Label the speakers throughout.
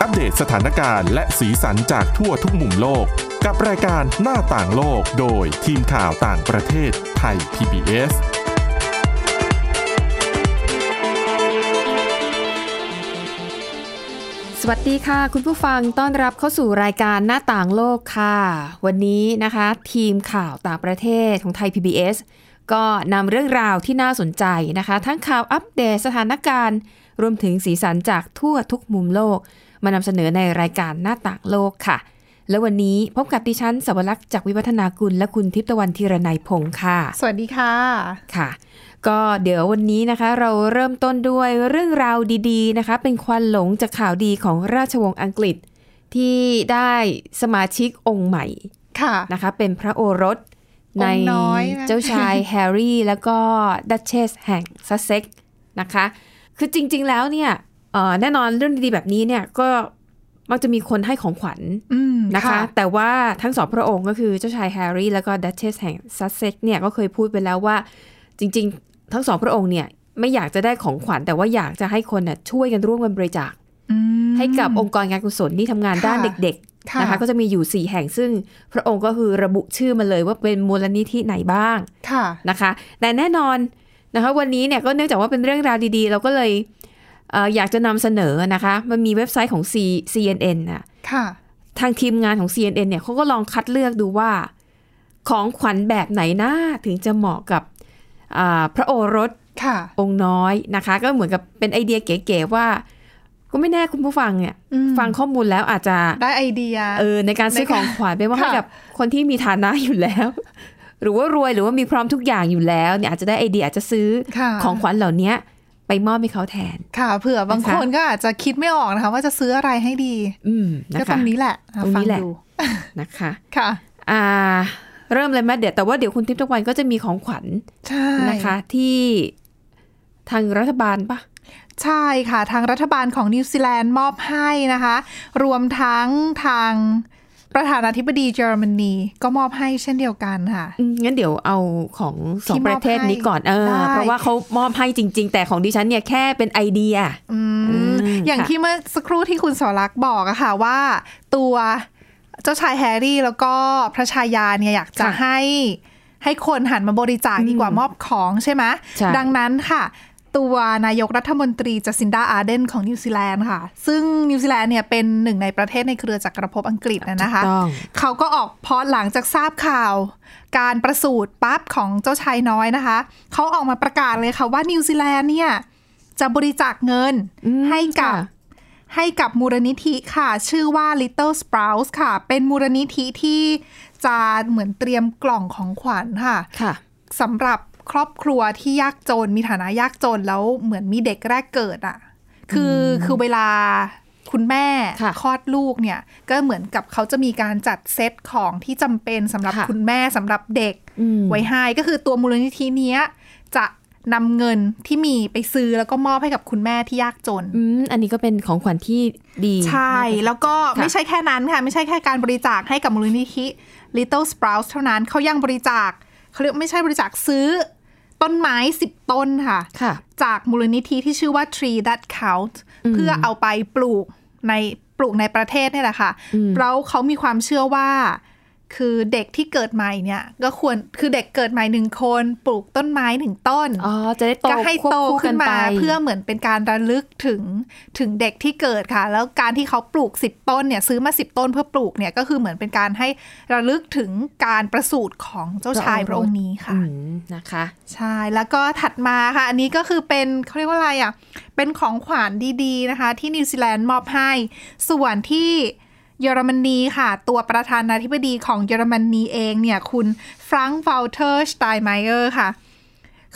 Speaker 1: อัปเดตสถานการณ์และสีสันจากทั่วทุกมุมโลก กับรายการหน้าต่างโลกโดยทีมข่าวต่างประเทศไทย PBS
Speaker 2: สวัสดีค่ะ คุณผู้ฟังต้อนรับเข้าสู่รายการหน้าต่างโลกค่ะ วันนี้นะคะ ทีมข่าวต่างประเทศของไทย PBS ก็นำเรื่องราวที่น่าสนใจนะคะ ทั้งข่าวอัปเดตสถานการณ์ รวมถึงสีสันจากทั่วทุกมุมโลก มานำเสนอในรายการหน้าต่างโลกค่ะ และวันนี้พบกับดิฉันสวรักษ์จากวิวัฒนากุลและคุณทิพย์ตะวันธีรนัยพงค์ค่ะ
Speaker 3: สวัสดีค่ะ
Speaker 2: ค่ะ ก็เดี๋ยววันนี้นะคะ เราเริ่มต้นด้วยเรื่องราวดีๆนะคะ เป็นควันหลงจากข่าวดีของราชวงศ์อังกฤษ ที่ได้สมาชิกองค์ใหม่
Speaker 3: ค่ะ
Speaker 2: นะคะ เป็นพระโอรส
Speaker 3: องค์
Speaker 2: ใน
Speaker 3: น้อยนะ
Speaker 2: เจ้า ชายแฮร์รี่ แล้วก็ดัชเชสแห่งซัสเซ็กซ์นะคะ คือจริงๆแล้วเนี่ยเอ่อแน่นอนเรื่องดีๆแบบนี้เนี่ยก็มักจะมีคนให้ของขวัญ
Speaker 3: อืม
Speaker 2: นะคะ แต่ว่าทั้งสองพระองค์ก็คือเจ้าชายแฮร์รี่ แล้วก็ดัชเชสแห่งซัสเซ็กซ์เนี่ยก็เคยพูดไปแล้วว่าจริงๆ ทั้งสองพระองค์เนี่ยไม่อยากจะได้ของขวัญ แต่ว่าอยากจะให้คนน่ะช่วยกันร่วมกันบริจาค
Speaker 3: อืม
Speaker 2: ให้กับองค์กรการกุศลที่ทำงานด้าน
Speaker 3: ค่ะ
Speaker 2: เด็กๆนะคะก็จะมีอยู่ 4 แห่งซึ่งพระองค์ก็คือระบุชื่อมาเลยว่าเป็นมูลนิธิไหนบ้าง
Speaker 3: ค่ะ
Speaker 2: นะคะแต่แน่นอนนะคะวันนี้เนี่ยก็เนื่องจากว่าเป็นเรื่องราวดีๆ เราก็เลยเอออยากจะนำเสนอนะคะมันมีเว็บไซต์ของ C CNN นะ
Speaker 3: ค่ะ
Speaker 2: ทางทีมงานของ CNN เนี่ยเขาก็ลองคัดเลือกดูว่า ของขวัญแบบไหนนะถึงจะเหมาะกับอ่าพระโอรส
Speaker 3: ค่ะ
Speaker 2: องค์น้อยนะคะ ก็เหมือนกับเป็นไอเดียเก๋ๆว่า ก็ไม่แน่คุณผู้ฟังเนี่ย
Speaker 3: อืม
Speaker 2: ฟังข้อมูลแล้วอาจจะ
Speaker 3: ได้ไอเดีย
Speaker 2: เออในการซื้อ
Speaker 3: ในการ
Speaker 2: ของขวัญไปว่าให้
Speaker 3: ค่ะ
Speaker 2: กับคนที่มีฐานะอยู่แล้ว หรือว่ารวยหรือว่ามีพร้อมทุกอย่างอยู่แล้วเนี่ยอาจจะได้ไอเดียอาจจะซื้อ
Speaker 3: ค่ะ
Speaker 2: ของขวัญเหล่านี้ไปมอบให้เขาแทน
Speaker 3: ค่ะ เผื่อบาง
Speaker 2: นะคะ
Speaker 3: คนก็อาจจะคิดไม่ออกนะคะ ว่าจะซื้ออะไรให้ดี
Speaker 2: อืมนะ
Speaker 3: ก็
Speaker 2: คะ
Speaker 3: ตรงนี้แหละอ่ะ
Speaker 2: ตรงนี้
Speaker 3: ฟัง
Speaker 2: แหละ
Speaker 3: ดู
Speaker 2: นะคะ
Speaker 3: ค่ะ
Speaker 2: อ่าเริ่มเลยไหมเดี๋ยวแต่ว่าเดี๋ยวคุณทิพย์ตะวันก็จะมีของขวัญ
Speaker 3: ใช่
Speaker 2: นะคะ ที่ทางรัฐบาลปะ
Speaker 3: ใช่ค่ะ ทางรัฐบาลของนิวซีแลนด์มอบให้นะคะ รวมทั้งทางประธานาธิบดีเยอรมนีก็มอบให้เช่นเดียวกันค่ะ
Speaker 2: อืมงั้นเดี๋ยวเอาของสอ
Speaker 3: ที่
Speaker 2: งป
Speaker 3: มอบ
Speaker 2: ระเทศนี้ก่อนเออ
Speaker 3: ให้ได้
Speaker 2: เพราะว่าเขามอบให้จริง ๆ แต่ของดิฉันเนี่ยแค่เป็นไอเดีย
Speaker 3: อืม
Speaker 2: อืม
Speaker 3: อย่าง
Speaker 2: ค่ะ
Speaker 3: ที่เมื่อสักครู่ที่คุณสวรักษ์บอกอะค่ะว่า ตัวเจ้าชายแฮร์รี่แล้วก็พระชายาเนี่ยอยากจะ
Speaker 2: ค่ะ
Speaker 3: ให้ให้คนหันมาบริจาคดีกว่า
Speaker 2: อืม
Speaker 3: มอบของใช่ไหม
Speaker 2: ใช่
Speaker 3: ดังนั้นค่ะ ตัวนายกรัฐมนตรีจัสินดาอาร์เดนของนิวซีแลนด์ค่ะ ซึ่งนิวซีแลนด์เนี่ยเป็นหนึ่งในประเทศในเครือจักรภพอังกฤษนะนะคะ
Speaker 2: ต้อง
Speaker 3: เขาก็ออกพอหลังจากทราบข่าว การประสูติปั๊บของเจ้าชายน้อยนะคะ เขาออกมาประกาศเลยค่ะว่านิวซีแลนด์เนี่ยจะบริจาคเงิน
Speaker 2: อืม
Speaker 3: ให้กับ
Speaker 2: ค่ะ
Speaker 3: ให้กับมูลนิธิค่ะ ชื่อว่า Little Sprouts ค่ะ เป็นมูลนิธิที่จะเหมือนเตรียมกล่องของขวัญค่ะ
Speaker 2: ค่ะ
Speaker 3: สำหรับครอบครัวที่ยากจนมีฐานะยากจนแล้วเหมือนมีเด็กแรกเกิดอ่ะ คือคือเวลาคุณแม่
Speaker 2: ค่ะ
Speaker 3: คลอดลูกเนี่ย ก็เหมือนกับเขาจะมีการจัดเซตของที่จำเป็นสำหรับคุณแม่สำหรับเด็ก
Speaker 2: อืม
Speaker 3: ไว้ให้ก็คือตัวมูลนิธิเนี้ยจะนำเงินที่มีไปซื้อแล้วก็มอบให้กับคุณแม่ที่ยากจน
Speaker 2: อืม อันนี้ก็เป็นของขวัญที่ดี
Speaker 3: ใช่
Speaker 2: นะคะ
Speaker 3: แล้วก็
Speaker 2: ค่ะ
Speaker 3: ไม่ใช่แค่นั้นค่ะ ไม่ใช่แค่การบริจาคให้กับมูลนิธิ Little Sprouts เท่านั้นเขายังบริจาคเขาเรียกไม่ใช่บริจาคซื้อ ต้นไม้ 10 ต้นค่ะ
Speaker 2: ค่ะ
Speaker 3: จากมูลนิธิที่ชื่อว่า Tree That Count เพื่อเอาไปปลูกในปลูกในประเทศนี่แหละค่ะ
Speaker 2: อืม
Speaker 3: แล้วเขามีความเชื่อว่า คือเด็กที่เกิดใหม่เนี่ย ก็ควรคือเด็กเกิดใหม่หนึ่งคน ปลูกต้นไม้หนึ่งต้น
Speaker 2: อ๋อ จะได้โต
Speaker 3: ก็ให้
Speaker 2: ควบ
Speaker 3: โต
Speaker 2: คู่กั
Speaker 3: ขึ้นมา
Speaker 2: ไป
Speaker 3: เพื่อเหมือนเป็นการระลึกถึงถึงเด็กที่เกิดค่ะ แล้วการที่เขาปลูก 10 ต้นเนี่ยซื้อมา 10 ต้นเพื่อปลูกเนี่ยก็คือเหมือนเป็นการให้ระลึกถึงการประสูติของเจ้าชายพระองค์นี้ค่ะ
Speaker 2: อืมนะคะ
Speaker 3: ใช่แล้วก็ถัดมาค่ะ อันนี้ก็คือเป็นเขาเรียกว่าอะไรอ่ะ เป็นของขวัญดีๆนะคะ ที่นิวซีแลนด์มอบให้ ส่วนที่เยอรมนีค่ะ ตัวประธานาธิบดีของเยอรมนีเองเนี่ย คุณฟรังก์วาลเทอร์สไตน์ไมเออร์ค่ะ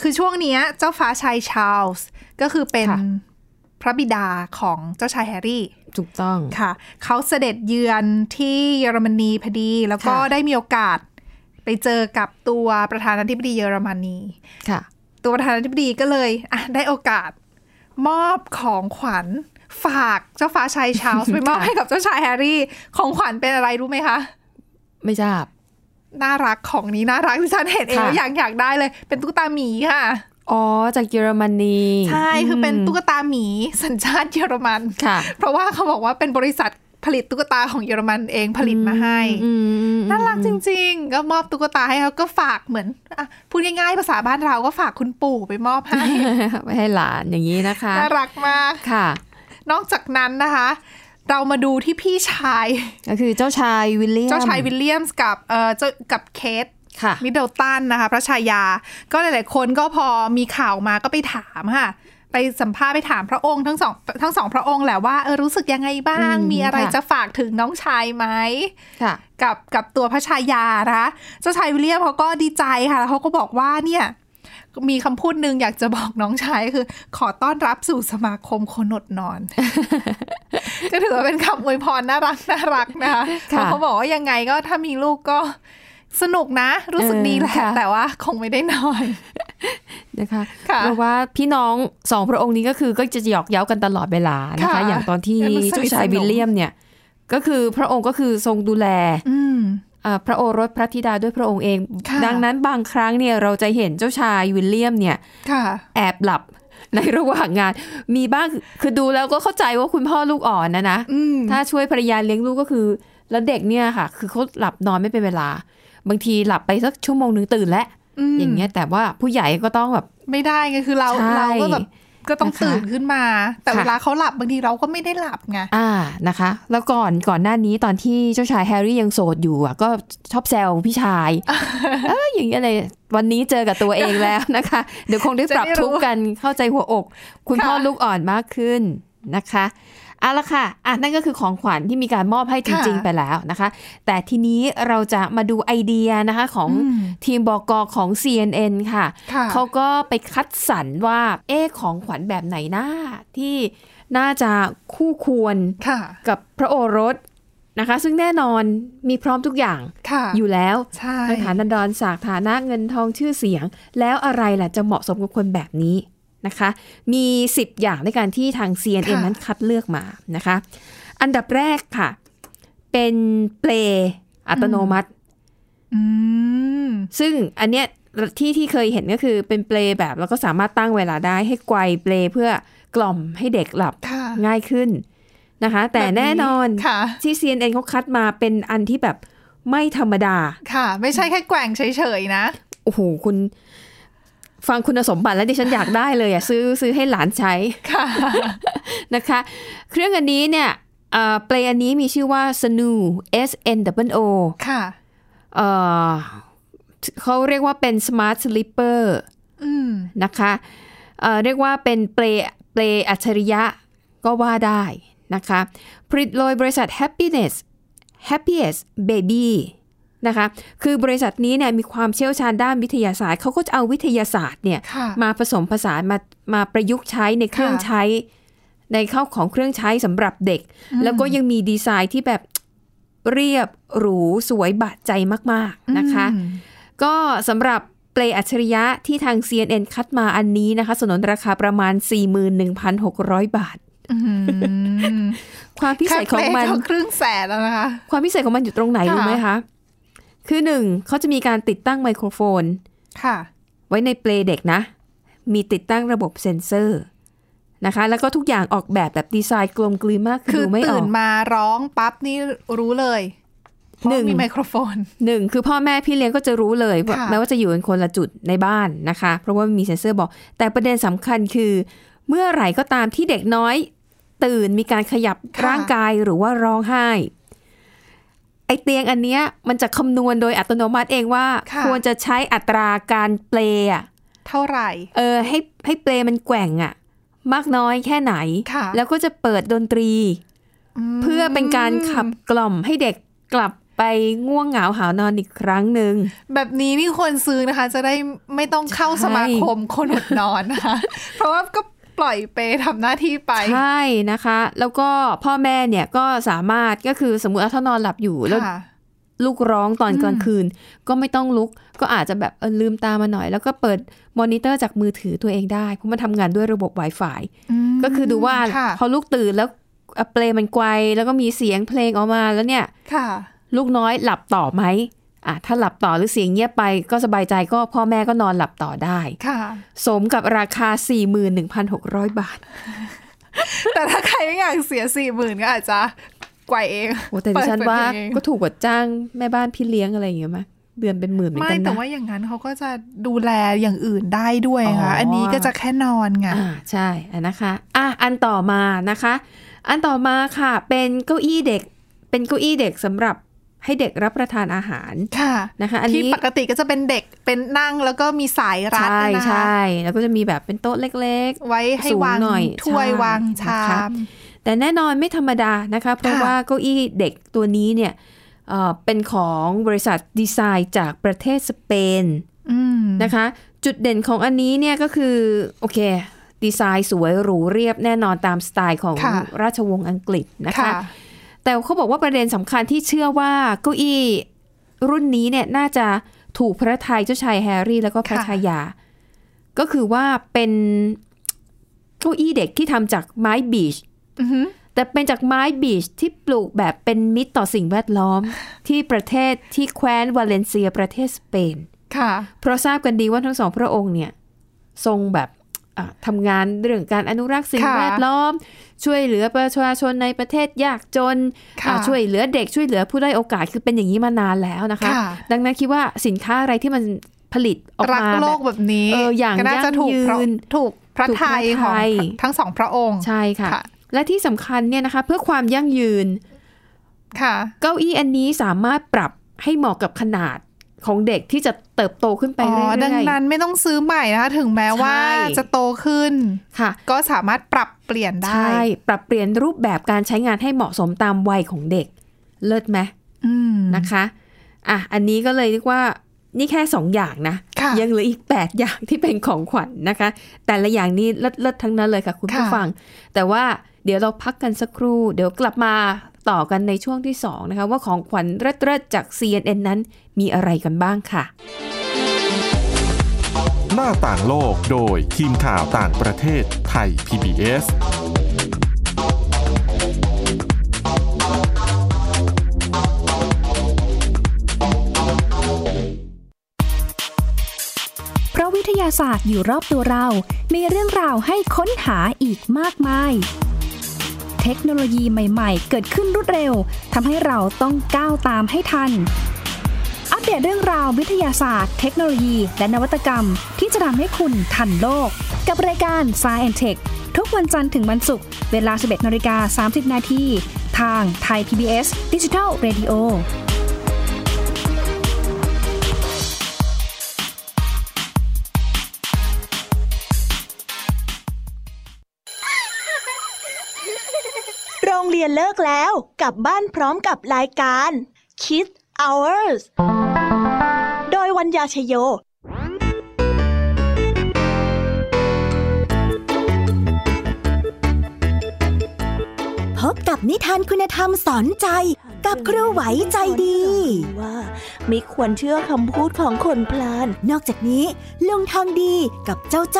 Speaker 3: คือช่วงเนี้ยเจ้าฟ้าชายชาร์ลส์ก็คือเป็น
Speaker 2: ค่ะ
Speaker 3: พระบิดาของเจ้าชายแฮร์รี่
Speaker 2: ถูกต้อง
Speaker 3: ค่ะเขาเสด็จเยือนที่เยอรมนีพอดี แล้วก็
Speaker 2: ค่ะ
Speaker 3: ได้มีโอกาสไปเจอกับตัวประธานาธิบดีเยอรมนี
Speaker 2: ค่ะ
Speaker 3: ตัวประธานาธิบดีก็เลยอ่ะได้โอกาส มอบของขวัญฝากเจ้าฟ้าชายชาร์ลส์ ไปมอบให้กับเจ้าชายแฮร์รี่ ของขวัญเป็นอะไรรู้ไหมคะ
Speaker 2: ไม่ทราบ
Speaker 3: น่ารักของนี้น่ารักที่ฉันเห็นเอง
Speaker 2: ค่ะ
Speaker 3: แล้วอยากอยากได้เลย เป็นตุ๊กตาหมีค่ะ
Speaker 2: อ๋อ จากเยอรมนี
Speaker 3: ใช่คือเป็นตุ๊กตาหมีสัญชาติเยอรมัน
Speaker 2: ค่ะ
Speaker 3: เพราะว่าเขาบอกว่าเป็นบริษัทผลิตตุ๊กตาของเยอรมันเองผลิตมาให้
Speaker 2: อืมอืม
Speaker 3: น่ารักจริงๆ ก็มอบตุ๊กตาให้เขาก็ฝากเหมือนอะพูดง่ายๆ ภาษาบ้านเราก็ฝากคุณปู่ไปมอบให้
Speaker 2: ไปให้หลานอย่างนี้นะคะ
Speaker 3: น่ารักมาก
Speaker 2: ค่ะ
Speaker 3: นอกจากนั้นนะคะ เรามาดูที่พี่ชาย
Speaker 2: ก็คือเจ้าชายวิลเลียม
Speaker 3: เจ้าชายวิลเลียมส์กับเออเจ้ากับเคท
Speaker 2: ค่ะ
Speaker 3: มิดเดิลตันนะคะ พระชายา ก็หลาย ๆ คนก็พอมีข่าวมาก็ไปถามค่ะ ไปสัมภาษณ์ไปถามพระองค์ทั้งสองทั้งสองพระองค์แหละว่าเออรู้สึกยังไงบ้าง
Speaker 2: อืม
Speaker 3: มีอะไร
Speaker 2: ค่ะ
Speaker 3: จะฝากถึงน้องชายไหม
Speaker 2: ค่ะ
Speaker 3: กับกับตัวพระชายานะคะเจ้าชายวิลเลียมเขาก็ดีใจค่ะแล้วเขาก็บอกว่าเนี่ยมีคำพูดหนึ่งอยากจะบอกน้องชายก็คือ ขอต้อนรับสู่สมาคมคนอดน อน ก็ถือว่าเป็นคำอวยพรน่ารักน่ารักนะคะ
Speaker 2: ค่ะ
Speaker 3: แล้วเขาบอกว่ายังไงก็ถ้ามีลูกก็สนุกนะ รู้สึกดีแหละ
Speaker 2: เออค่ะ
Speaker 3: แต่ว่าคงไม่ได้นอน
Speaker 2: นะคะ
Speaker 3: ค่ะ
Speaker 2: เพราะว่าพี่น้องสองพระองค์นี้ก็คือก็จะหยอกเย้ากันตลอดเวลานะคะ
Speaker 3: ค่ะ
Speaker 2: อย่างตอนที่
Speaker 3: เออมันสนิท
Speaker 2: เจ้าชายวิลเลียมเนี่ย ก็คือพระองค์ก็คือทรงดูแล
Speaker 3: อืม
Speaker 2: เอ่อพระโอรสพระธิดาด้วยพระองค์เอง
Speaker 3: ค่ะ
Speaker 2: ดังนั้นบางครั้งเนี่ยเราจะเห็นเจ้าชายวิลเลียมเนี่ย
Speaker 3: ค่ะ
Speaker 2: แอบหลับ ในระหว่างงาน มีบ้างคือดูแล้วก็เข้าใจว่าคุณพ่อลูกอ่อนนะนะ
Speaker 3: อืม
Speaker 2: ถ้าช่วยภรรยาเลี้ยงลูกก็คือ แล้วเด็กเนี่ยค่ะ คือเขาหลับนอนไม่เป็นเวลา บางทีหลับไปสักชั่วโมงหนึ่งตื่นแล้ว
Speaker 3: อืม
Speaker 2: อย่างเงี้ยแต่ว่าผู้ใหญ่ก็ต้องแบบ
Speaker 3: ไม่ได้ไงคือเรา
Speaker 2: ใช่
Speaker 3: เราก็แบบก็ต้อง
Speaker 2: นะคะ
Speaker 3: ตื่นขึ้นมา แต่
Speaker 2: ค่ะ
Speaker 3: เวลาเขาหลับบางทีเราก็ไม่ได้หลับไง
Speaker 2: อ่านะคะ แล้วก่อนก่อนหน้านี้ตอนที่เจ้าชายแฮร์รี่ยังโสดอยู่อ่ะก็ชอบแซวพี่ ชายเอออย่างนี้ยอะไรวันนี้เจอกับตัวเองแล้วนะคะ เดี๋ยวคงได้ปรับ
Speaker 3: จะได้รู้
Speaker 2: ทุกข์กันเข้าใจหัวอก คุณพ่อ
Speaker 3: ค่ะ
Speaker 2: ลูกอ่อนมากขึ้นนะคะเอาละค่ะอ่ะนั่นก็คือของขวัญที่มีการมอบให้จริง ๆ ไปแล้วนะคะ แต่ทีนี้เราจะมาดูไอเดียนะคะของทีมบกของ CNN ค่ะ
Speaker 3: ค่ะ
Speaker 2: เขาก็ไปคัดสรรว่า เอ๊ะของขวัญแบบไหนนะที่น่าจะคู่ควร
Speaker 3: ค่ะ
Speaker 2: กับพระโอรสนะคะ ซึ่งแน่นอนมีพร้อมทุกอย่าง
Speaker 3: ค่ะ
Speaker 2: อยู่แล้ว
Speaker 3: ใช่
Speaker 2: ทั้งฐานันดรสากฐานะเงินทองชื่อเสียง แล้วอะไรล่ะจะเหมาะสมกับคนแบบนี้นะคะ มี 10 อย่างในการที่ทาง CNN นั้นคัดเลือกมานะคะ อันดับแรกค่ะ เป็นเปลอัตโนมัติ
Speaker 3: อืม
Speaker 2: ซึ่งอันเนี้ยที่ที่เคยเห็นก็คือเป็นเปลแบบแล้วก็สามารถตั้งเวลาได้ให้ไกวเปลเพื่อกล่อมให้เด็กหลับ
Speaker 3: ค่ะ
Speaker 2: ง่ายขึ้นนะคะ แต่
Speaker 3: บบ
Speaker 2: แน่นอน
Speaker 3: ค่ะ
Speaker 2: ที่ CNN เขาคัดมาเป็นอันที่แบบไม่ธรรมดา
Speaker 3: ค่ะ ไม่ใช่แค่แกว่งเฉยๆนะ
Speaker 2: โอ้โห คุณ ฟังคุณสมบัติแล้วดิฉันอยากได้เลยอ่ะ ซื้อซื้อให้หลานใช้
Speaker 3: ค่ะ
Speaker 2: นะคะ เครื่องอันนี้เนี่ยเอ่อเปลอันนี้มีชื่อว่า Snu S N W O
Speaker 3: ค่ะ
Speaker 2: เอ่อเขาเรียกว่าเป็น Smart Sleeper
Speaker 3: อืม
Speaker 2: นะคะเอ่อเรียกว่าเป็นเปลเปลอัจฉริยะก็ว่าได้นะคะผลิตโดยบริษัท Happiness Happiest Baby นะคะคือบริษัทนี้เนี่ยมีความเชี่ยวชาญด้านวิทยาศาสตร์ เขาก็จะเอาวิทยาศาสตร์เนี่ย
Speaker 3: ค่ะ
Speaker 2: มาผสมผสานมามาประยุกต์ใช้ในเครื่อง
Speaker 3: ค่ะ
Speaker 2: ใช้ ในเข้าวของเครื่องใช้สำหรับเด็ก แล้วก็ยังมีดีไซน์ที่แบบเรียบหรูสวยบาดใจมาก ๆ นะคะ
Speaker 3: อืม
Speaker 2: ก็สำหรับเปลอัจฉริยะที่ทาง CNN คัดมาอันนี้นะคะสนนราคาประมาณ 41,600 บาท
Speaker 3: อืม
Speaker 2: ความพิเศษของมัน
Speaker 3: แค่เปรย์ก็ครึ่งแสนแล้วนะคะ
Speaker 2: ความพิเศษของมันอยู่ตรงไหน
Speaker 3: ค่ะ
Speaker 2: รู้ไหมคะ คือหนึ่งเขาจะมีการติดตั้งไมโครโฟน
Speaker 3: ค่ะ
Speaker 2: ไว้ในเปลเด็กนะ มีติดตั้งระบบเซ็นเซอร์นะคะ แล้วก็ทุกอย่างออกแบบแบบดีไซน์กลมกลืนมาก
Speaker 3: คื
Speaker 2: คือ
Speaker 3: อ
Speaker 2: ดูไม่อ
Speaker 3: ตื่
Speaker 2: อนก
Speaker 3: มาร้องปั๊บนี่รู้เลยเพราะ
Speaker 2: หนึ่ง
Speaker 3: มีไมโครโฟน
Speaker 2: หนึ่งคือพ่อแม่พี่เลี้ยงก็จะรู้เลยว่า
Speaker 3: ค่ะ
Speaker 2: แม้ว่าจะอยู่กันคนละจุดในบ้านนะคะ เพราะว่ามีเซ็นเซอร์บอก แต่ประเด็นสำคัญคือ เมื่อไหร่ก็ตามที่เด็กน้อย ตื่นมีการขยับร่างกายหรือว่าร้องไห้ ไอเตียงอันเนี้ยมันจะคำนวณโดยอัตโนมัติเองว่า ควรจะใช้อัตราการเปลอะ
Speaker 3: เท่าไหร่
Speaker 2: เออให้ให้เปลมันแกว่งอะมากน้อยแค่ไหน
Speaker 3: ค่ะ
Speaker 2: แล้วก็จะเปิดดนตรี
Speaker 3: ม
Speaker 2: เพื่อเป็นการขับกล่อมให้เด็กกลับไปง่วงเหงาหาวนอนอีกครั้งหนึ่ง
Speaker 3: แบบนี้นี่ควรซื้อนะคะ จะได้ไม่ต้องเข้าสมาคมคนอดนอนนะคะ เพราะว่าก็ปล่อยเปรย์ทำหน้าที่ไป
Speaker 2: ใช่นะคะ แล้วก็พ่อแม่เนี่ยก็สามารถก็คือสมมติว่าถ้านอนหลับอยู่แล้ว
Speaker 3: ค่ะ
Speaker 2: ลูกร้องตอน
Speaker 3: อืม
Speaker 2: กลางคืน ก็ไม่ต้องลุกก็อาจจะแบบเออลืมตามาหน่อย แล้วก็เปิดมอนิเตอร์จากมือถือตัวเองได้ เพราะมันทำงานด้วยระบบ Wi-Fi
Speaker 3: อืม
Speaker 2: ก็คือดูว่า
Speaker 3: ค่ะ
Speaker 2: พอลูกตื่นแล้วเอ่อเปลงมันไกวแล้วก็มีเสียงเพลงออกมาแล้วเนี่ย
Speaker 3: ค่ะ
Speaker 2: ลูกน้อยหลับต่อไหม อ่ะถ้าหลับต่อหรือเสียงเงียบไปก็สบายใจก็พ่อแม่ก็นอนหลับต่อได้
Speaker 3: ค่ะ
Speaker 2: สมกับราคา 41,600 บาท
Speaker 3: แต่ถ้าใครไม่อยากเสียสี่หมื่นก็อาจจะไกวเอง
Speaker 2: โอ้แต่ดิฉัน
Speaker 3: เปิ
Speaker 2: ว่า
Speaker 3: เอง
Speaker 2: ก็ถูกกว่าจ้างแม่บ้านพี่เลี้ยงอะไรอย่างเงี้ยไหมเดือนเป็นหมื่นเหมือน
Speaker 3: ไม่
Speaker 2: กัน
Speaker 3: แต่
Speaker 2: นะ
Speaker 3: ว่าอย่างนั้นเขาก็จะดูแลอย่างอื่นได้ด้วยค่ะ
Speaker 2: อ๋ออั
Speaker 3: อันนี้ก็จะแค่นอนไง
Speaker 2: อ่าใช่อ่ะนะคะอ่ะอันต่อมานะคะ อันต่อมาค่ะเป็นเก้าอี้เด็ก เป็นเก้าอี้เด็กสำหรับให้เด็กรับประทานอาหาร
Speaker 3: ค่ะ
Speaker 2: นะคะ อัน
Speaker 3: ที่
Speaker 2: นี้
Speaker 3: ปกติก็จะเป็นเด็กเป็นนั่งแล้วก็มีสายรัด
Speaker 2: ใช่
Speaker 3: นะคะ
Speaker 2: ใช่แล้วก็จะมีแบบเป็นโต๊ะเล็ก
Speaker 3: ไว้ให้
Speaker 2: สูง
Speaker 3: วาง
Speaker 2: หน่อย
Speaker 3: ถ้วย
Speaker 2: ใช่
Speaker 3: วาง
Speaker 2: นะคะ
Speaker 3: ชาม
Speaker 2: ๆ แต่แน่นอนไม่ธรรมดานะคะ เพราะ
Speaker 3: ค่ะ
Speaker 2: ว่าเก้าอี้เด็กตัวนี้เนี่ยเอ่อเป็นของบริษัทดีไซน์จากประเทศสเปน
Speaker 3: อืม
Speaker 2: นะคะจุดเด่นของอันนี้เนี่ยก็คือโอเค ดีไซน์สวยหรูเรียบแน่นอนตามสไตล์ของ
Speaker 3: ค่ะ
Speaker 2: ราชวงศ์อังกฤษนะคะ แต่เขาบอกว่าประเด็นสำคัญที่เชื่อว่าเก้าอี้รุ่นนี้เนี่ยน่าจะถูกพระทัยเจ้าชายแฮร์รี่แล้วก็พระ
Speaker 3: ค่ะ
Speaker 2: ชายา ก็คือว่าเป็นเก้าอี้เด็กที่ทำจากไม้บีช
Speaker 3: อือหือ
Speaker 2: แต่เป็นจากไม้บีชที่ปลูกแบบเป็นมิตรต่อสิ่งแวดล้ อม ที่ประเทศที่แคว้นวาเลนเซียประเทศสเปน
Speaker 3: ค่ะ
Speaker 2: เพราะทราบกันดีว่าทั้งสองพระองค์เนี่ย ทรงแบบอ่ะทำงานเรื่องการอนุรักษ์สิ่ง
Speaker 3: ค่ะ
Speaker 2: แวดล้อม ช่วยเหลือประชาชนในประเทศยากจน
Speaker 3: ค่ะ
Speaker 2: อ่ะช่วยเหลือเด็กช่วยเหลือผู้ด้อยโอกาสคือเป็นอย่างนี้มานานแล้วนะคะ
Speaker 3: ค่ะ
Speaker 2: ดังนั้นคิดว่าสินค้าอะไรที่มันผลิตออก
Speaker 3: รัก
Speaker 2: มา
Speaker 3: โล
Speaker 2: แบ
Speaker 3: ก
Speaker 2: บ
Speaker 3: แบบนี้
Speaker 2: เอออย่าง
Speaker 3: ก็น่าจะถูกพ
Speaker 2: ยั่
Speaker 3: ระ
Speaker 2: งยืน
Speaker 3: ถูกพระ
Speaker 2: ถูกพระ
Speaker 3: ทัยของ
Speaker 2: ทัย
Speaker 3: ทั้งสองพระองค์
Speaker 2: ใช่ค่ะ
Speaker 3: ค่ะ
Speaker 2: และที่สำคัญเนี่ยนะคะ เพื่อความยั่งยืน
Speaker 3: ค่ะ
Speaker 2: เก้าอี้อันนี้สามารถปรับให้เหมาะกับขนาดของเด็กที่จะเติบโตขึ้นไป
Speaker 3: อ๋อ
Speaker 2: เรื่อยๆ
Speaker 3: ดังนั้นไม่ต้องซื้อใหม่นะคะ ถึงแม้ว่า
Speaker 2: ใช่
Speaker 3: จะโตขึ้น
Speaker 2: ค่ะ
Speaker 3: ก็สามารถปรับเปลี่ยนได้
Speaker 2: ใช่ ปรับเปลี่ยนรูปแบบการใช้งานให้เหมาะสมตามวัยของเด็ก เลิศไหม
Speaker 3: อืม
Speaker 2: นะคะอ่ะอันนี้ก็เลยเรียกว่านี่แค่ 2 อย่างนะ
Speaker 3: ค่ะ
Speaker 2: ยังเหลืออีก 8 อย่างที่เป็นของขวัญนนะคะ แต่ละอย่างนี้เลิศเลิศทั้งนั้นเลยค่ะคุณผู้
Speaker 3: ค่ะ
Speaker 2: ฟัง แต่ว่าเดี๋ยวเราพักกันสักครู่ เดี๋ยวกลับมาต่อกันในช่วงที่ 2 นะคะ ว่าของขวัญเลิศๆจาก CNN นั้นมีอะไรกันบ้างค่ะ
Speaker 1: หน้าต่างโลกโดยทีมข่าวต่างประเทศไทย PBS
Speaker 4: เพราะวิทยาศาสตร์อยู่รอบตัวเรา มีเรื่องราวให้ค้นหาอีกมากมาย เทคโนโลยีใหม่ ๆ เกิดขึ้นรวดเร็ว ทำให้เราต้องก้าวตามให้ทัน อัปเดตเรื่องราววิทยาศาสตร์ เทคโนโลยี และนวัตกรรม ที่จะทำให้คุณทันโลก กับรายการ s c i e n t e c h ทุกวันจันทร์ถึงวันศุกร์ เวลา 11นาฬิกา30 นาทีทางไทย PBS Digital Radio
Speaker 5: โรงเรียนเลิกแล้วกลับบ้านพร้อมกับรายการ Kids Hours โดยวัญญาชยโย
Speaker 6: พบกับนิทานคุณธรรมสอนใจ กับครูไหวใจดี
Speaker 5: ว่าไม่ควรเชื่อคำพูดของคนพลาน
Speaker 6: นอกจากนี้ลุงทองดีกับเจ้าใจ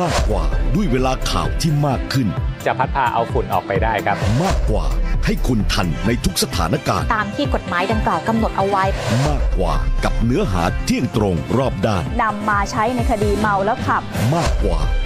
Speaker 7: มากกว่าด้วยเวลาข่าวที่มากขึ้น
Speaker 8: จะพัดพาเอาฝุ่นออกไปได้ครับ
Speaker 7: มากกว่าให้คุณทันในทุกสถานการณ์
Speaker 9: ตามที่กฎหมายดังกล่าวกำหนดเอาไว้
Speaker 7: มากกว่ากับเนื้อหาเที่ยงตรงรอบด้าน
Speaker 9: นำมาใช้ในคดีเมาแล้วขับ
Speaker 7: มากกว่า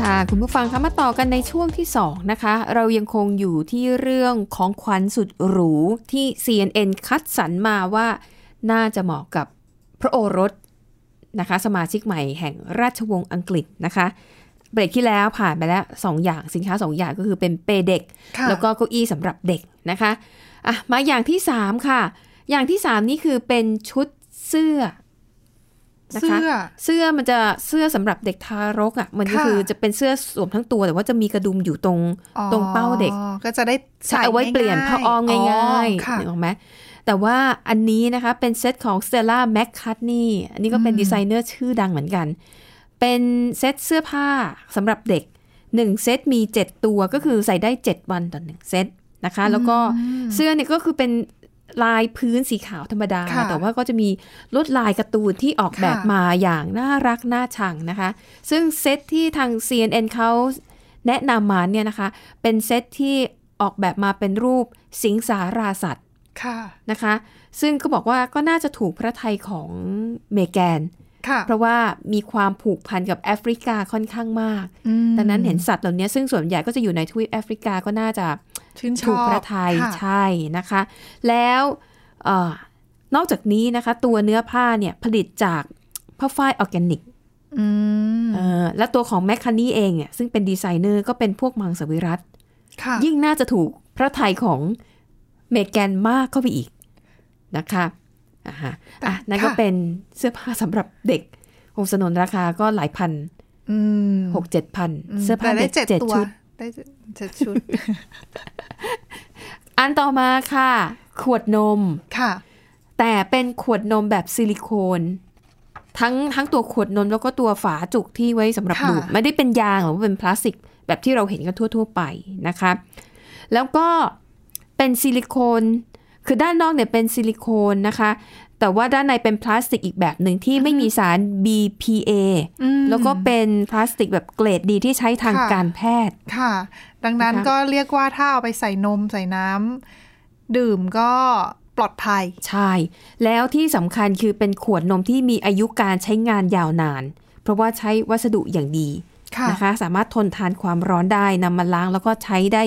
Speaker 2: ค่ะคุณผู้ฟังคะมาต่อกันในช่วงที่ 2 นะคะ เรายังคงอยู่ที่เรื่องของขวัญสุดหรูที่ CNN คัดสรรมาว่า น่าจะเหมาะกับพระโอรสนะคะ สมาชิกใหม่แห่งราชวงศ์อังกฤษนะคะ เบรกที่แล้วผ่านไปแล้ว 2 อย่างสินค้า 2 อย่างก็คือเป็นเปเด็ก
Speaker 3: ค่ะ
Speaker 2: แล้วก็เก้าอี้สำหรับเด็กนะคะอ่ะมาอย่างที่ 3 ค่ะ อย่างที่ 3 นี่คือเป็นชุดเสื้อ นะคะ
Speaker 3: เสื้อ
Speaker 2: เสื้อมันจะเสื้อสำหรับเด็กทารกอะ่ะมันก็
Speaker 3: ค่ะ
Speaker 2: คือจะเป็นเสื้อสวมทั้งตัว แต่ว่าจะมีกระดุมอยู่ตรง
Speaker 3: อ๋อ
Speaker 2: ตรงเป้าเด็ก
Speaker 3: ก็จะได้
Speaker 2: ใช้เอาไว้เปลี่ยนผ้าอ้อมง่าย
Speaker 3: ๆค่ะ
Speaker 2: ๆนึกออกไหมแต่ว่าอันนี้นะคะเป็นเซตของ Stella McCartney อันนี้ก็เป็น
Speaker 3: อืม
Speaker 2: ดีไซเนอร์ชื่อดังเหมือนกัน เป็นเซตเสื้อผ้าสำหรับเด็ก 1 เซตมี 7 ตัวก็คือใส่ได้ 7 วันต่อ 1 เซตนะคะ แล้วก็เสื้อเนี่ยก็คือเป็นลายพื้นสีขาวธรรมดา
Speaker 3: ค่ะ
Speaker 2: แต่ว่าก็จะมีลวดลายการ์ตูนที่ออก
Speaker 3: ค่ะ
Speaker 2: แบบมาอย่างน่ารักน่าชังนะคะ ซึ่งเซตที่ทาง CNN เขาแนะนำมาเนี่ยนะคะ เป็นเซตที่ออกแบบมาเป็นรูปสิงสาราสัตว์
Speaker 3: ค่ะ
Speaker 2: นะคะ ซึ่งก็บอกว่าก็น่าจะถูกพระทัยของเมแกน
Speaker 3: ค่ะ
Speaker 2: เพราะว่ามีความผูกพันกับแอฟริกาค่อนข้างมาก
Speaker 3: อืม
Speaker 2: ดังนั้นเห็นสัตว์เหล่านี้ซึ่งส่วนใหญ่ก็จะอยู่ในทวีปแอฟริกาก็น่าจะ
Speaker 3: ชื่นชอบ
Speaker 2: ถูกพระไทย
Speaker 3: ค่ะ
Speaker 2: ใช่นะคะ แล้วเออนอกจากนี้นะคะ ตัวเนื้อผ้าเนี่ยผลิตจากผ้าฝ้ายออร์แกนิก
Speaker 3: อืม
Speaker 2: เอ่อและตัวของแมคคานีเองเนี่ยซึ่งเป็นดีไซเนอร์ก็เป็นพวกมังสวิรัต
Speaker 3: ค่ะ
Speaker 2: ยิ่งน่าจะถูกพระไทยของเมแกนมากเข้าไปอีกนะคะอ่าฮะอ่ะนั่นก็เป็นเสื้อผ้าสำหรับเด็กโอสนนราคาก็หลายพัน
Speaker 3: อืม
Speaker 2: หกเจ็ดพัน
Speaker 3: อืม
Speaker 2: เสื้อผ้า
Speaker 3: แต่ได้
Speaker 2: เด็ก
Speaker 3: เจ็ด
Speaker 2: เจ็ด
Speaker 3: ตัว
Speaker 2: ชุด
Speaker 3: ได้เจ็ดชุด
Speaker 2: อันต่อมาค่ะ ขวดนม
Speaker 3: ค่ะ
Speaker 2: แต่เป็นขวดนมแบบซิลิโคน ทั้งทั้งตัวขวดนมแล้วก็ตัวฝาจุกที่ไว้สำหรับ
Speaker 3: ค่ะ
Speaker 2: ดูดไม่ได้เป็นยางหรือว่าเป็นพลาสติกแบบที่เราเห็นกันทั่ว ๆ ไปนะคะ แล้วก็เป็นซิลิโคน คือด้านนอกเนี่ยเป็นซิลิโคนนะคะ แต่ว่าด้านในเป็นพลาสติกอีกแบบหนึ่งที่ไม่มีสาร BPA
Speaker 3: อืม
Speaker 2: แล้วก็เป็นพลาสติกแบบเกรดดีที่ใช้ทาง
Speaker 3: ค่ะ
Speaker 2: การแพทย์
Speaker 3: ค่ะ ดังนั้น
Speaker 2: นะคะ
Speaker 3: ก็เรียกว่าถ้าเอาไปใส่นมใส่น้ำดื่มก็ปลอดภัย
Speaker 2: ใช่ แล้วที่สำคัญคือเป็นขวดนมที่มีอายุการใช้งานยาวนาน เพราะว่าใช้วัสดุอย่างดี
Speaker 3: ค่ะ
Speaker 2: นะคะ สามารถทนทานความร้อนได้นำมาล้างแล้วก็ใช้ได้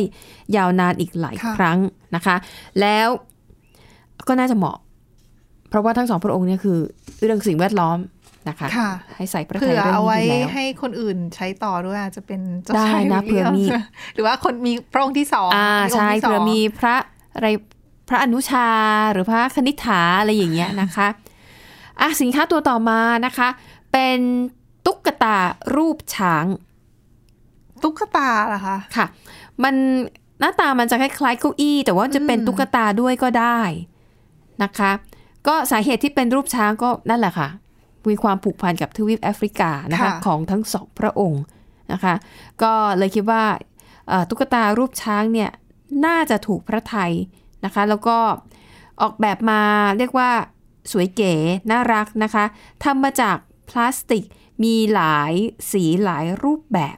Speaker 2: ยาวนานอีกหลาย
Speaker 3: ค่ะ
Speaker 2: ครั้งนะคะ แล้วก็น่าจะเหมาะ เพราะว่าทั้งสองพระองค์เนี่ยคือเรื่องสิ่งแวดล้อมนะคะ
Speaker 3: ค่ะ
Speaker 2: ให้ใส่พระไทย
Speaker 3: เผื่อ
Speaker 2: เรื่อง
Speaker 3: เอา
Speaker 2: นี้
Speaker 3: ไว้
Speaker 2: อยู่แล้ว
Speaker 3: ให้คนอื่นใช้ต่อด้วยอาจจะเป็นเจ้า
Speaker 2: ได้
Speaker 3: ชาย
Speaker 2: นะ
Speaker 3: วิล
Speaker 2: เผื่อมี
Speaker 3: ลีย หรือว่าคนมีพระองค์ที่สอง
Speaker 2: อ่า
Speaker 3: มีงค์
Speaker 2: ใช่
Speaker 3: ที่สง
Speaker 2: เผื่อมีพระอะไรพระอนุชาหรือพระคณิษฐาอะไรอย่างเงี้ยนะคะอ่ะสินค้าตัวต่อมานะคะ เป็นตุ๊กตารูปช้าง
Speaker 3: ตุ๊กตาเหรอคะ
Speaker 2: ค่ะ มันหน้าตามันจะคล้ายๆเก้าอี้ แต่ว่าจะเป็น
Speaker 3: อืม
Speaker 2: ตุ๊กตาด้วยก็ได้นะคะ ก็สาเหตุที่เป็นรูปช้างก็นั่นแหละค่ะ มีความผูกพันกับทวีปแอฟริกานะคะ
Speaker 3: ค่ะ
Speaker 2: ของทั้งสองพระองค์นะคะ ก็เลยคิดว่าเอ่อตุ๊กตารูปช้างเนี่ยน่าจะถูกพระไทยนะคะ แล้วก็ออกแบบมาเรียกว่าสวยเก๋ น่ารักนะคะทำมาจากพลาสติกมีหลายสีหลายรูปแบบ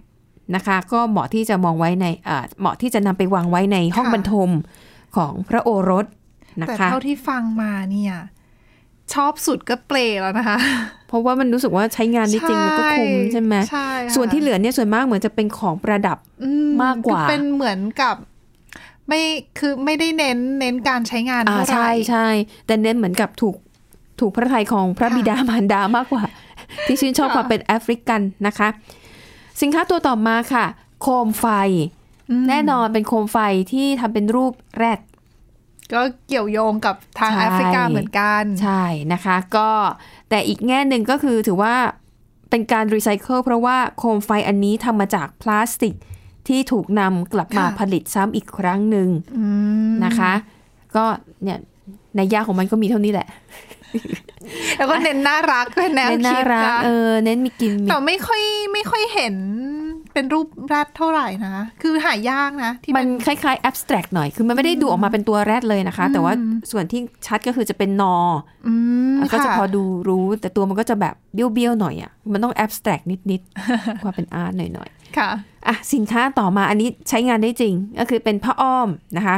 Speaker 2: นะคะ ก็เหมาะที่จะมองไว้ในเอ่อเหมาะที่จะนำไปวางไว้ในห้องบรรทมของพระโอรสนะ
Speaker 3: แต่
Speaker 2: คะ
Speaker 3: เท่าที่ฟังมาเนี่ย ชอบสุดก็เปลแล้วนะคะ
Speaker 2: เพราะว่ามันรู้สึกว่าใช้งานได้จริงแล้วก็คุ้มใช่ไหม
Speaker 3: ใช่ค่ะ
Speaker 2: ส่วนที่เหลือเนี่ยส่วนมากเหมือนจะเป็นของประดับ
Speaker 3: อื
Speaker 2: มากกว่า
Speaker 3: คือเป็นเหมือนกับ ไม่คือไม่ได้เน้นเน้นการใช้งาน
Speaker 2: อ่า
Speaker 3: เท่าไหร่
Speaker 2: ใช่ใช่แต่เน้นเหมือนกับถูกถูกพระทัยของพระ
Speaker 3: ค่ะ
Speaker 2: บิดามารดามากกว่า ที่ชื่นชอบ
Speaker 3: ค่ะ
Speaker 2: ความเป็นแอฟริกันนะคะ สินค้าตัวต่อมาค่ะ โคมไฟ
Speaker 3: อืม
Speaker 2: แน่นอนเป็นโคมไฟที่ทำเป็นรูปแรด
Speaker 3: ก็เกี่ยวโยงกับทาง
Speaker 2: ใช่
Speaker 3: แอฟริกาเหมือนกัน
Speaker 2: ใช่นะคะ ก็แต่อีกแง่หนึ่งก็คือถือว่าเป็นการรีไซเคิลเพราะว่าโคมไฟอันนี้ทำมาจากพลาสติกที่ถูกนำกลับมา
Speaker 3: ค่ะ
Speaker 2: ผลิตซ้ำอีกครั้งหนึ่ง
Speaker 3: อืม
Speaker 2: นะคะ ก็เนี่ยในยยาของมันก็มีเท่านี้แหละ
Speaker 3: แล้วก็เน้นน่ารักเป็นแนว
Speaker 2: เน้นน่า
Speaker 3: คิด
Speaker 2: รัก
Speaker 3: นะ
Speaker 2: เออเน้นมีกิมมิ
Speaker 3: แต่
Speaker 2: ค
Speaker 3: ไม่ค่อยไม่ค่อยเห็นเป็นรูปแรดเท่าไหร่นะ คือหายากนะ ที่
Speaker 2: มั
Speaker 3: เป็น น
Speaker 2: คล้ายๆ abstract หน่อย คือมันไม่ได้ดูออกมาเป็นตัวแรดเลยนะคะ แต่ว่า
Speaker 3: อืม
Speaker 2: ส่วนที่ชัดก็คือจะเป็นนอ
Speaker 3: อืม
Speaker 2: ก็จะ
Speaker 3: ค่
Speaker 2: พอดูรู้ แต่ตัวมันก็จะแบบเบี้ยวๆหน่อยอะ่ะ มันต้อง abstract นิด ๆ ความเป็นอาร์ตหน่อย
Speaker 3: ค่ะ
Speaker 2: ๆ อ่ะ สินค้าต่อมาอันนี้ใช้งานได้จริง ก็คือเป็นผ้าอ้อมนะคะ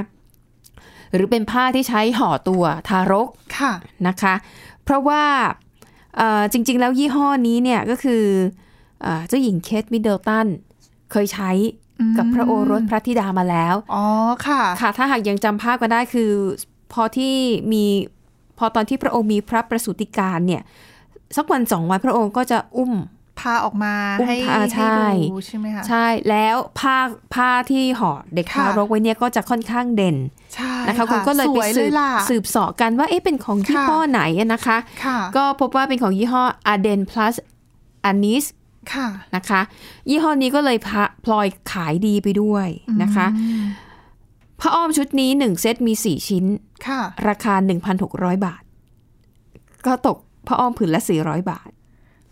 Speaker 2: หรือเป็นผ้าที่ใช้ห่อตัวทารก
Speaker 3: ค่ะ
Speaker 2: นะคะเพราะว่าเอ่อจริงๆ แล้วยี่ห้อนี้เนี่ยก็คือเอ่อเจ้าหญิงเคทมิดเดิลตันเคยใช้กับ
Speaker 3: อืม
Speaker 2: พระโอรสพระธิดามาแล้ว
Speaker 3: อ๋อค่ะ
Speaker 2: ค่ะถ้าหากยังจำภาพก็ได้คือพอที่มี พอตอนที่พระองค์มีพระประสูติการเนี่ยสักวันสองวันพระองค์ก็จะอุ้ม
Speaker 3: พาออกมา
Speaker 2: อุ้ม
Speaker 3: ให้
Speaker 2: พาใช่
Speaker 3: ให้ดูใช่ไหมคะ
Speaker 2: ใช่แล้วผ้าผ้าที่ห่อเด็กทารก
Speaker 3: ค่ะ
Speaker 2: ไว้เนี่ยก็จะค่อนข้างเด่น
Speaker 3: ใช่
Speaker 2: นะคะคุณก็เลยไป
Speaker 3: สว
Speaker 2: สื
Speaker 3: ย
Speaker 2: บ
Speaker 3: ล่ะ
Speaker 2: สืบเสอบกันว่าเอ๊ะเป็นของยี่ห้อไหนอะนะคะ
Speaker 3: ค่ะ
Speaker 2: ก็พบว่าเป็นของยี่ห้อ Arden Plus Anis
Speaker 3: ค่ะ
Speaker 2: นะคะ ยี่ห้อนี้ก็เลยพะพลอยขายดีไปด้วยนะคะ
Speaker 3: อืม
Speaker 2: ผ้าอ้อมชุดนี้ 1 เซตมี 4 ชิ้น
Speaker 3: ค่ะ
Speaker 2: ราคา 1,600 บาท ก็ตกผ้าอ้อมผืนละ 400 บาท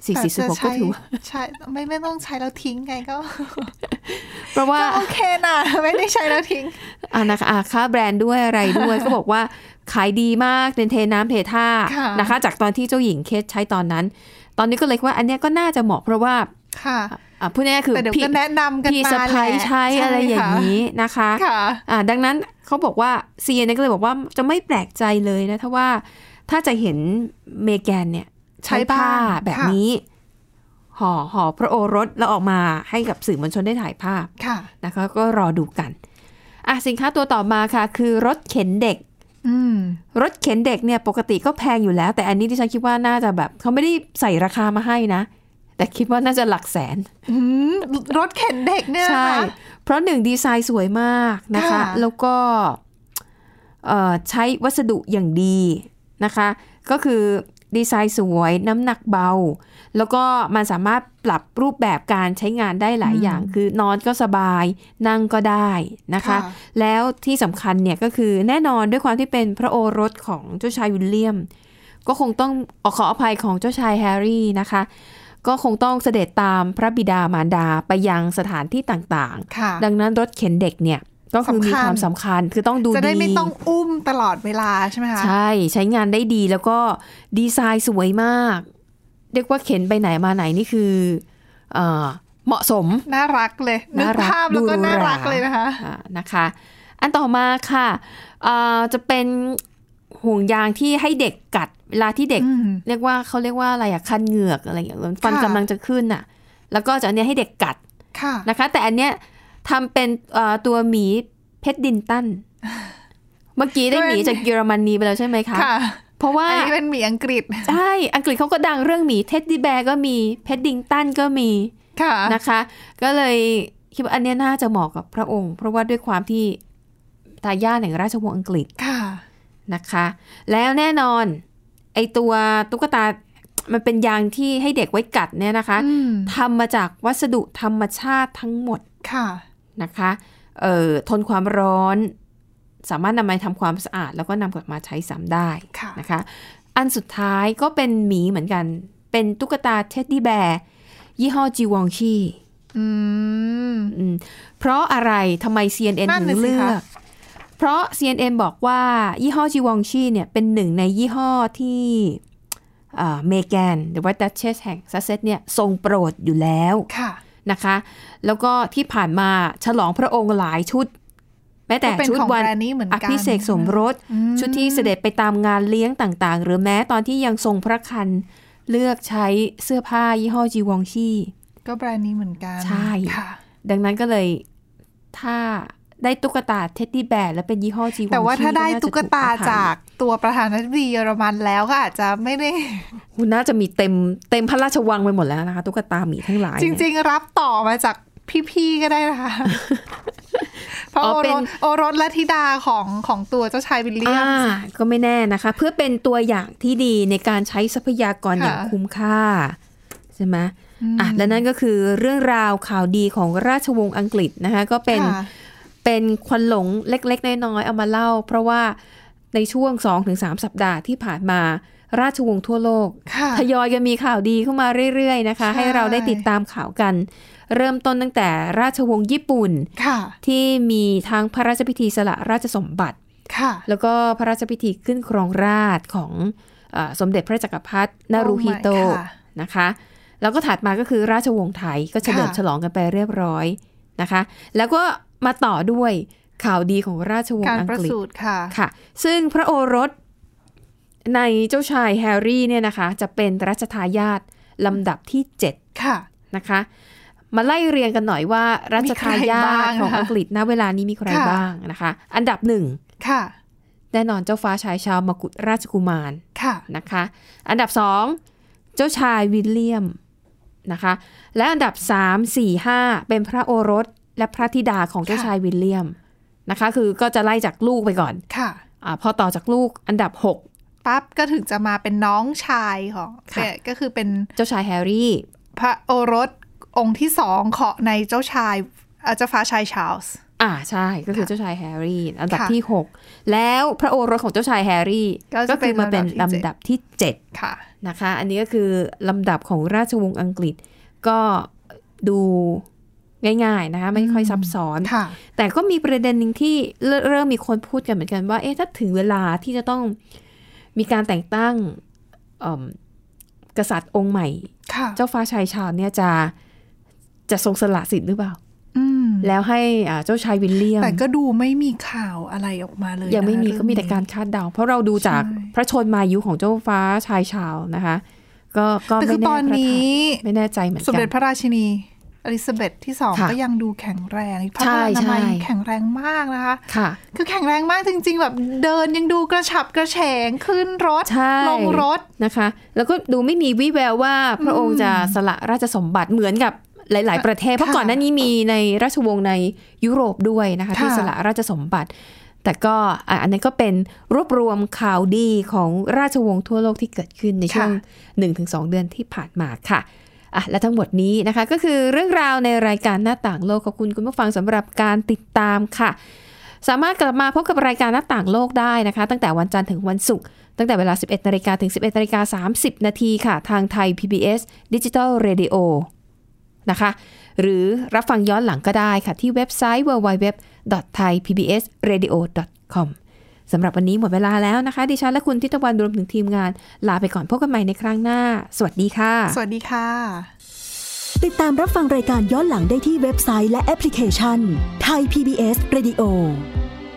Speaker 2: 4 4
Speaker 3: แต่
Speaker 2: 6ก็
Speaker 3: จะใช้
Speaker 2: ถือว่า
Speaker 3: ใช่ไม่ไม่ต้องใช้แล้วทิ้งไงก็
Speaker 2: เพราะว่า
Speaker 3: ก็โอเคนะ ไม่ได้ใช้แล้วทิ้ง
Speaker 2: อ่านะคะอ่าค่าแบรนด์ด้วยอะไรด้วย ก็บอกว่าขายดีมากเป็นเทน้ำเทท่า
Speaker 3: ค่ะ
Speaker 2: นะคะ จากตอนที่เจ้าหญิงเคสใช้ตอนนั้น ตอนนี้ก็เลยว่าอันเนี้ยก็น่าจะเหมาะเพราะว่า
Speaker 3: ค่ะ
Speaker 2: อ่ะพูดง่ายๆคือ
Speaker 3: แต่เดี๋ยวก็แนะนำกัน
Speaker 2: พี่
Speaker 3: มา
Speaker 2: สะพ้ายใช้
Speaker 3: แหละ
Speaker 2: อะไรอย่างนี้นะคะ
Speaker 3: ค่ะ
Speaker 2: อ่าดังนั้นเขาบอกว่าเซียเนี่ยก็เลยบอกว่าจะไม่แปลกใจเลยนะถ้าว่าถ้าจะเห็นเมแกนเนี่ยใช้ผ้าแบบนี้ห่อห่อพระโอรสแล้วออกมาให้กับสื่อมวลชนได้ถ่ายภาพ
Speaker 3: ค่ะ
Speaker 2: นะคะก็รอดูกันอ่ะสินค้าตัวต่อมาค่ะ คือรถเข็นเด็ก
Speaker 3: อืม
Speaker 2: รถเข็นเด็กเนี่ยปกติก็แพงอยู่แล้ว แต่อันนี้ที่ฉันคิดว่าน่าจะแบบเขาไม่ได้ใส่ราคามาให้นะ แต่คิดว่าน่าจะหลักแสน
Speaker 3: อืมรถเข็นเด็กเนี่ยนะ
Speaker 2: ใช่
Speaker 3: คะ
Speaker 2: เพราะหนึ่งดีไซน์สวยมากนะคะ
Speaker 3: ค่ะ
Speaker 2: แล้วก็เอ่อใช้วัสดุอย่างดีนะคะ ก็คือดีไซน์สวยน้ำหนักเบา แล้วก็มันสามารถปรับรูปแบบการใช้งานได้หลายอย่าง คือนอนก็สบาย นั่งก็ได้นะคะ แล้วที่สำคัญเนี่ยก็คือแน่นอนด้วยความที่เป็นพระโอรสของเจ้าชายวิลเลียม ก็คงต้องอขออภัยของเจ้าชายแฮร์รี่นะคะ ก็คงต้องเสด็จตามพระบิดามารดาไปยังสถานที่ต่าง
Speaker 3: ค่ะ
Speaker 2: ๆ ดังนั้นรถเข็นเด็กเนี่ยก็คือมี
Speaker 3: สำคัญ
Speaker 2: ความสำคัญคือต้องดู
Speaker 3: จะได้
Speaker 2: ดี
Speaker 3: ไม่ต้องอุ้มตลอดเวลาใช่ไหมคะ
Speaker 2: ใช่ใช้งานได้ดีแล้วก็ดีไซน์สวยมาก เรียกว่าเข็นไปไหนมาไหนนี่คือเออเหมาะสม
Speaker 3: น่ารักเลยนึกภาพแล้วก็
Speaker 2: ดูหรู
Speaker 3: น่ารักเลยนะคะ
Speaker 2: อ่านะคะ อันต่อมาค่ะเอ่อจะเป็นห่วงยางที่ให้เด็กกัดเวลาที่เด็ก
Speaker 3: อืม
Speaker 2: เรียกว่าเขาเรียกว่าอะไรอะคันเหงือกอะไรอย่างเงี้ยฟัน
Speaker 3: ค่ะ
Speaker 2: กำลังจะขึ้นอะแล้วก็จะเอาเนี้ยให้เด็กกัด
Speaker 3: ค่ะ
Speaker 2: นะคะ แต่อันเนี้ยทำเป็นเอ่อตัวหมีเพชรดินตัน เมื่อกี้ได้หมีจากเยอรมนีไปแล้วใช่ไหมคะ
Speaker 3: ค่ะ
Speaker 2: เพราะว่า
Speaker 3: อันนี้เป็นหมีอังกฤษ
Speaker 2: ใช่ อังกฤษเขาก็ดังเรื่องหมีเท็ดดี้แบร์ก็มีเพชรดิงตันก็มี
Speaker 3: ค่ะ
Speaker 2: นะคะ ก็เลยคิดว่าอันเนี้ยน่าจะเหมาะกับพระองค์ เพราะว่าด้วยความที่ทายาทแห่งราชวงศ์อังกฤษ
Speaker 3: ค่ะ
Speaker 2: นะคะ แล้วแน่นอนไอตัวตุ๊กตา มันเป็นยางที่ให้เด็กไว้กัดเนี่ยนะคะ
Speaker 3: อืม
Speaker 2: ทำมาจากวัสดุธรรมชาติทั้งหมด
Speaker 3: ค่ะ
Speaker 2: นะคะเอ่อทนความร้อน สามารถนำมาทำความสะอาด แล้วก็นำกลับมาใช้ซ้ำได้
Speaker 3: ค่ะ
Speaker 2: นะคะ อันสุดท้ายก็เป็นหมีเหมือนกัน เป็นตุ๊กตาเท็ดดี้แบร์ยี่ห้อจีวองชี
Speaker 3: อืม
Speaker 2: อืมเพราะอะไรทำไม CNN
Speaker 3: นั่น
Speaker 2: ถึ
Speaker 3: น่ะ
Speaker 2: ง
Speaker 3: สิ
Speaker 2: เลื
Speaker 3: คะ
Speaker 2: อก เพราะ CNN บอกว่ายี่ห้อจีวองชีเนี่ยเป็นหนึ่งในยี่ห้อที่เมแกนหรือว่าดัชเชสแห่งซัสเซตเนี่ยทรงโปรดอยู่แล้ว
Speaker 3: ค่ะ
Speaker 2: นะคะ แล้วก็ที่ผ่านมาฉลองพระองค์หลายชุด แม้แต่
Speaker 3: ก็เป็น
Speaker 2: ชุด
Speaker 3: ของ
Speaker 2: วัน
Speaker 3: แบรนด์นี้เหมือนกัน
Speaker 2: ภิเษกสมรส ชุดที่เสด็จไปตามงานเลี้ยงต่างๆ หรือแม้ตอนที่ยังทรงพระคันเลือกใช้เสื้อผ้ายี่ห้อจีวองชี
Speaker 3: ก็แบรนด์นี้เหมือนกัน
Speaker 2: ใช่
Speaker 3: ค่ะ
Speaker 2: ดังนั้นก็เลยถ้าได้ตุ๊กตาเท็ดดี้แบร์แล้วเป็นยี่ห้อจีวอง
Speaker 3: แต่ว่าถ้า
Speaker 2: ชี
Speaker 3: ได้
Speaker 2: น่จะ
Speaker 3: ตุ๊กตา
Speaker 2: อภัย
Speaker 3: จากตัวประธานาธิบดีเยอรมันแล้วก็อาจจะไม่ได้
Speaker 2: คุณน่าจะมีเต็มเต็มพระราชวังไปหมดแล้วนะคะ ตุ๊กตาหมีทั้งหลาย
Speaker 3: จ
Speaker 2: เนี่ย
Speaker 3: ริง ๆ รับต่อมาจากพี่ ๆ ก็ได้ นะคะ เพราะ
Speaker 2: อ๋
Speaker 3: โอ
Speaker 2: อเป็
Speaker 3: ร
Speaker 2: น
Speaker 3: สโอรสและธิดาของของตัวเจ้าชายวิลเลียม
Speaker 2: อ่าก็ไม่แน่นะคะ เพื่อเป็นตัวอย่างที่ดีในการใช้ทรัพยากร
Speaker 3: ค่ะ
Speaker 2: อย่างคุ้มค่า ใช่ไหม
Speaker 3: อืม
Speaker 2: อ่ะและนั่นก็คือเรื่องราวข่าวดีของราชวงศ์อังกฤษนะคะ ก็เป็น
Speaker 3: ค่ะ
Speaker 2: เป็นควันหลงเล็กๆ น้อยๆ เอามาเล่า เพราะว่าในช่วง 2-3 สัปดาห์ที่ผ่านมาราชวงศ์ทั่วโลก
Speaker 3: ค่ะ
Speaker 2: ทยอยกันมีข่าวดีเข้ามาเรื่อยๆนะคะ
Speaker 3: ใช่
Speaker 2: ให้เราได้ติดตามข่าวกัน เริ่มต้นตั้งแต่ราชวงศ์ญี่ปุ่น
Speaker 3: ค่ะ
Speaker 2: ที่มีทั้งพระราชพิธีสละราชสมบัติ
Speaker 3: ค่ะ
Speaker 2: แล้วก็พระราชพิธีขึ้นครองราชย์ของเออสมเด็จพระจักรพรรดินารูฮิโต
Speaker 3: Oh my ค่ะ
Speaker 2: นะคะ แล้วก็ถัดมาก็คือราชวงศ์ไทยก็เฉลิมฉลองกันไปเรียบร้อยนะคะ แล้วก็มาต่อด้วยข่าวดีของราชวง
Speaker 3: การ
Speaker 2: ศ์อัง
Speaker 3: ประ
Speaker 2: กฤษ
Speaker 3: สูติค่ะ
Speaker 2: ค่ะ ซึ่งพระโอรสในเจ้าชายแฮร์รี่เนี่ยนะคะ จะเป็นรัชทายาทลำดับที่ 7
Speaker 3: ค่ะ
Speaker 2: นะคะ มาไล่เรียงกันหน่อยว่ารัชทายาทของอังกฤษณเวลานี้มีใคร
Speaker 3: ค่ะ
Speaker 2: บ้างนะคะ อันดับหนึ่ง
Speaker 3: ค่ะ
Speaker 2: แน่นอนเจ้าฟ้าชายชาวมกุฎราชกุมาร
Speaker 3: ค่ะ
Speaker 2: นะคะ อันดับ 2 เจ้าชายวิลเลียมนะคะ และอันดับ 3 4 5 เป็นพระโอรสและพระธิดาของเจ้าชายวิลเลียมนะคะ คือก็จะไล่จากลูกไปก่อน
Speaker 3: ค่ะ
Speaker 2: อาพอต่อจากลูกอันดับ 6
Speaker 3: ปั๊บก็ถึงจะมาเป็นน้องชายของ
Speaker 2: ค่ะ
Speaker 3: ก็คือเป็น
Speaker 2: เจ้าชายแฮร์รี่
Speaker 3: พระโอรสองค์ที่สองของในเจ้าชายเอ่อเจ้าฟ้าชายชาร์ลส์
Speaker 2: อ่าใช่ก็คือ
Speaker 3: ค่ะ
Speaker 2: เจ้าชายแฮร์รี่ อันดับ
Speaker 3: ค่ะ
Speaker 2: ที่ 6 แล้วพระโอรสของเจ้าชายแฮร์รี่
Speaker 3: ก็จะ
Speaker 2: คือมาเป็น
Speaker 3: เป็นลำดับที่
Speaker 2: ลำดับที่ 7
Speaker 3: ค่ะ
Speaker 2: นะคะอันนี้ก็คือลำดับของราชวงศ์อังกฤษก็ดูง่ายๆนะคะไม่ค่อยซับซ้อน
Speaker 3: ค่ะ
Speaker 2: แต่ก็มีประเด็นหนึ่งที่เริ่มเริ่มมีคนพูดกันเหมือนกันว่าเอ๊ะถ้าถึงเวลาที่จะต้องมีการแต่งตั้งเอิ่มกษัตริย์องค์ใหม่
Speaker 3: ค่ะ
Speaker 2: เจ้าฟ้าชายชาร์ลส์เนี่ยจะจะทรงสละสิทธิ์หรือเปล่า
Speaker 3: อืม
Speaker 2: แล้วให้อ่าเจ้าชายวิลเลียม
Speaker 3: แต่ก็ดูไม่มีข่าวอะไรออกมาเลย
Speaker 2: ยังไม่
Speaker 3: นะคะ
Speaker 2: มี
Speaker 3: เรื่อ
Speaker 2: ก็มีแต่การคาดเดา เพราะเราดูจากพระชนมายุของเจ้าฟ้าชายชาวนะคะ ก็ก็
Speaker 3: แต่
Speaker 2: ไม่
Speaker 3: คือ
Speaker 2: แน่
Speaker 3: ตอน
Speaker 2: พระ
Speaker 3: นี้
Speaker 2: ทัยไม่แน่ใจเหมือน
Speaker 3: สม
Speaker 2: กั
Speaker 3: เด็จ
Speaker 2: น
Speaker 3: พระราชินีอลิซาเบธที่สอง
Speaker 2: ค่ะ
Speaker 3: ก็ยังดูแข็งแรงพระ
Speaker 2: ใช่
Speaker 3: พานามัย
Speaker 2: ใช่
Speaker 3: แข็งแรงมากนะคะ
Speaker 2: ค่ะ
Speaker 3: คือแข็งแรงมากจริง ๆ แบบเดินยังดูกระฉับกระเฉงขึ้นรถ
Speaker 2: ใช่
Speaker 3: ลงรถ
Speaker 2: นะคะ แล้วก็ดูไม่มีวี่แววว่าพระองค์จะสละราชสมบัติเหมือนกับหลาย ๆ ประเทศ เพราะก่อนหน้านี้มีในราชวงศ์ในยุโรปด้วยนะคะ
Speaker 3: ค่ะ
Speaker 2: ที่สละราชสมบัติ แต่ก็อ่ะอันนี้ก็เป็นรวบรวมข่าวดีของราชวงศ์ทั่วโลกที่เกิดขึ้นในช่วง 1-2 เดือนที่ผ่านมาค่ะอ่ะ และทั้งหมดนี้นะคะก็คือเรื่องราวในรายการหน้าต่างโลกขอบคุณคุณผู้ฟังสำหรับการติดตามค่ะ สามารถกลับมาพบกับรายการหน้าต่างโลกได้นะคะ ตั้งแต่วันจันทร์ถึงวันศุกร์ตั้งแต่เวลา 11นาฬิกาถึง 11นาฬิกา30 นาทีค่ะ ทางไทย PBS Digital Radio นะคะ หรือรับฟังย้อนหลังก็ได้ค่ะ ที่เว็บไซต์ www.thaipbsradio.com สำหรับวันนี้หมดเวลาแล้วนะคะ ดิฉันและคุณทิตวันรวมถึงทีมงาน ลาไปก่อนพบกันใหม่ในครั้งหน้า สวัสดีค่ะ
Speaker 3: สวัสดีค่ะ
Speaker 6: ติดตามรับฟังรายการย้อนหลังได้ที่เว็บไซต์และแอปพลิเคชันไทย PBS Radio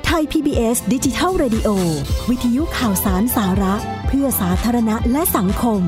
Speaker 6: ไทย PBS ดิจิทัล Radio วิทยุข่าวสารสาระ เพื่อสาธารณะและสังคม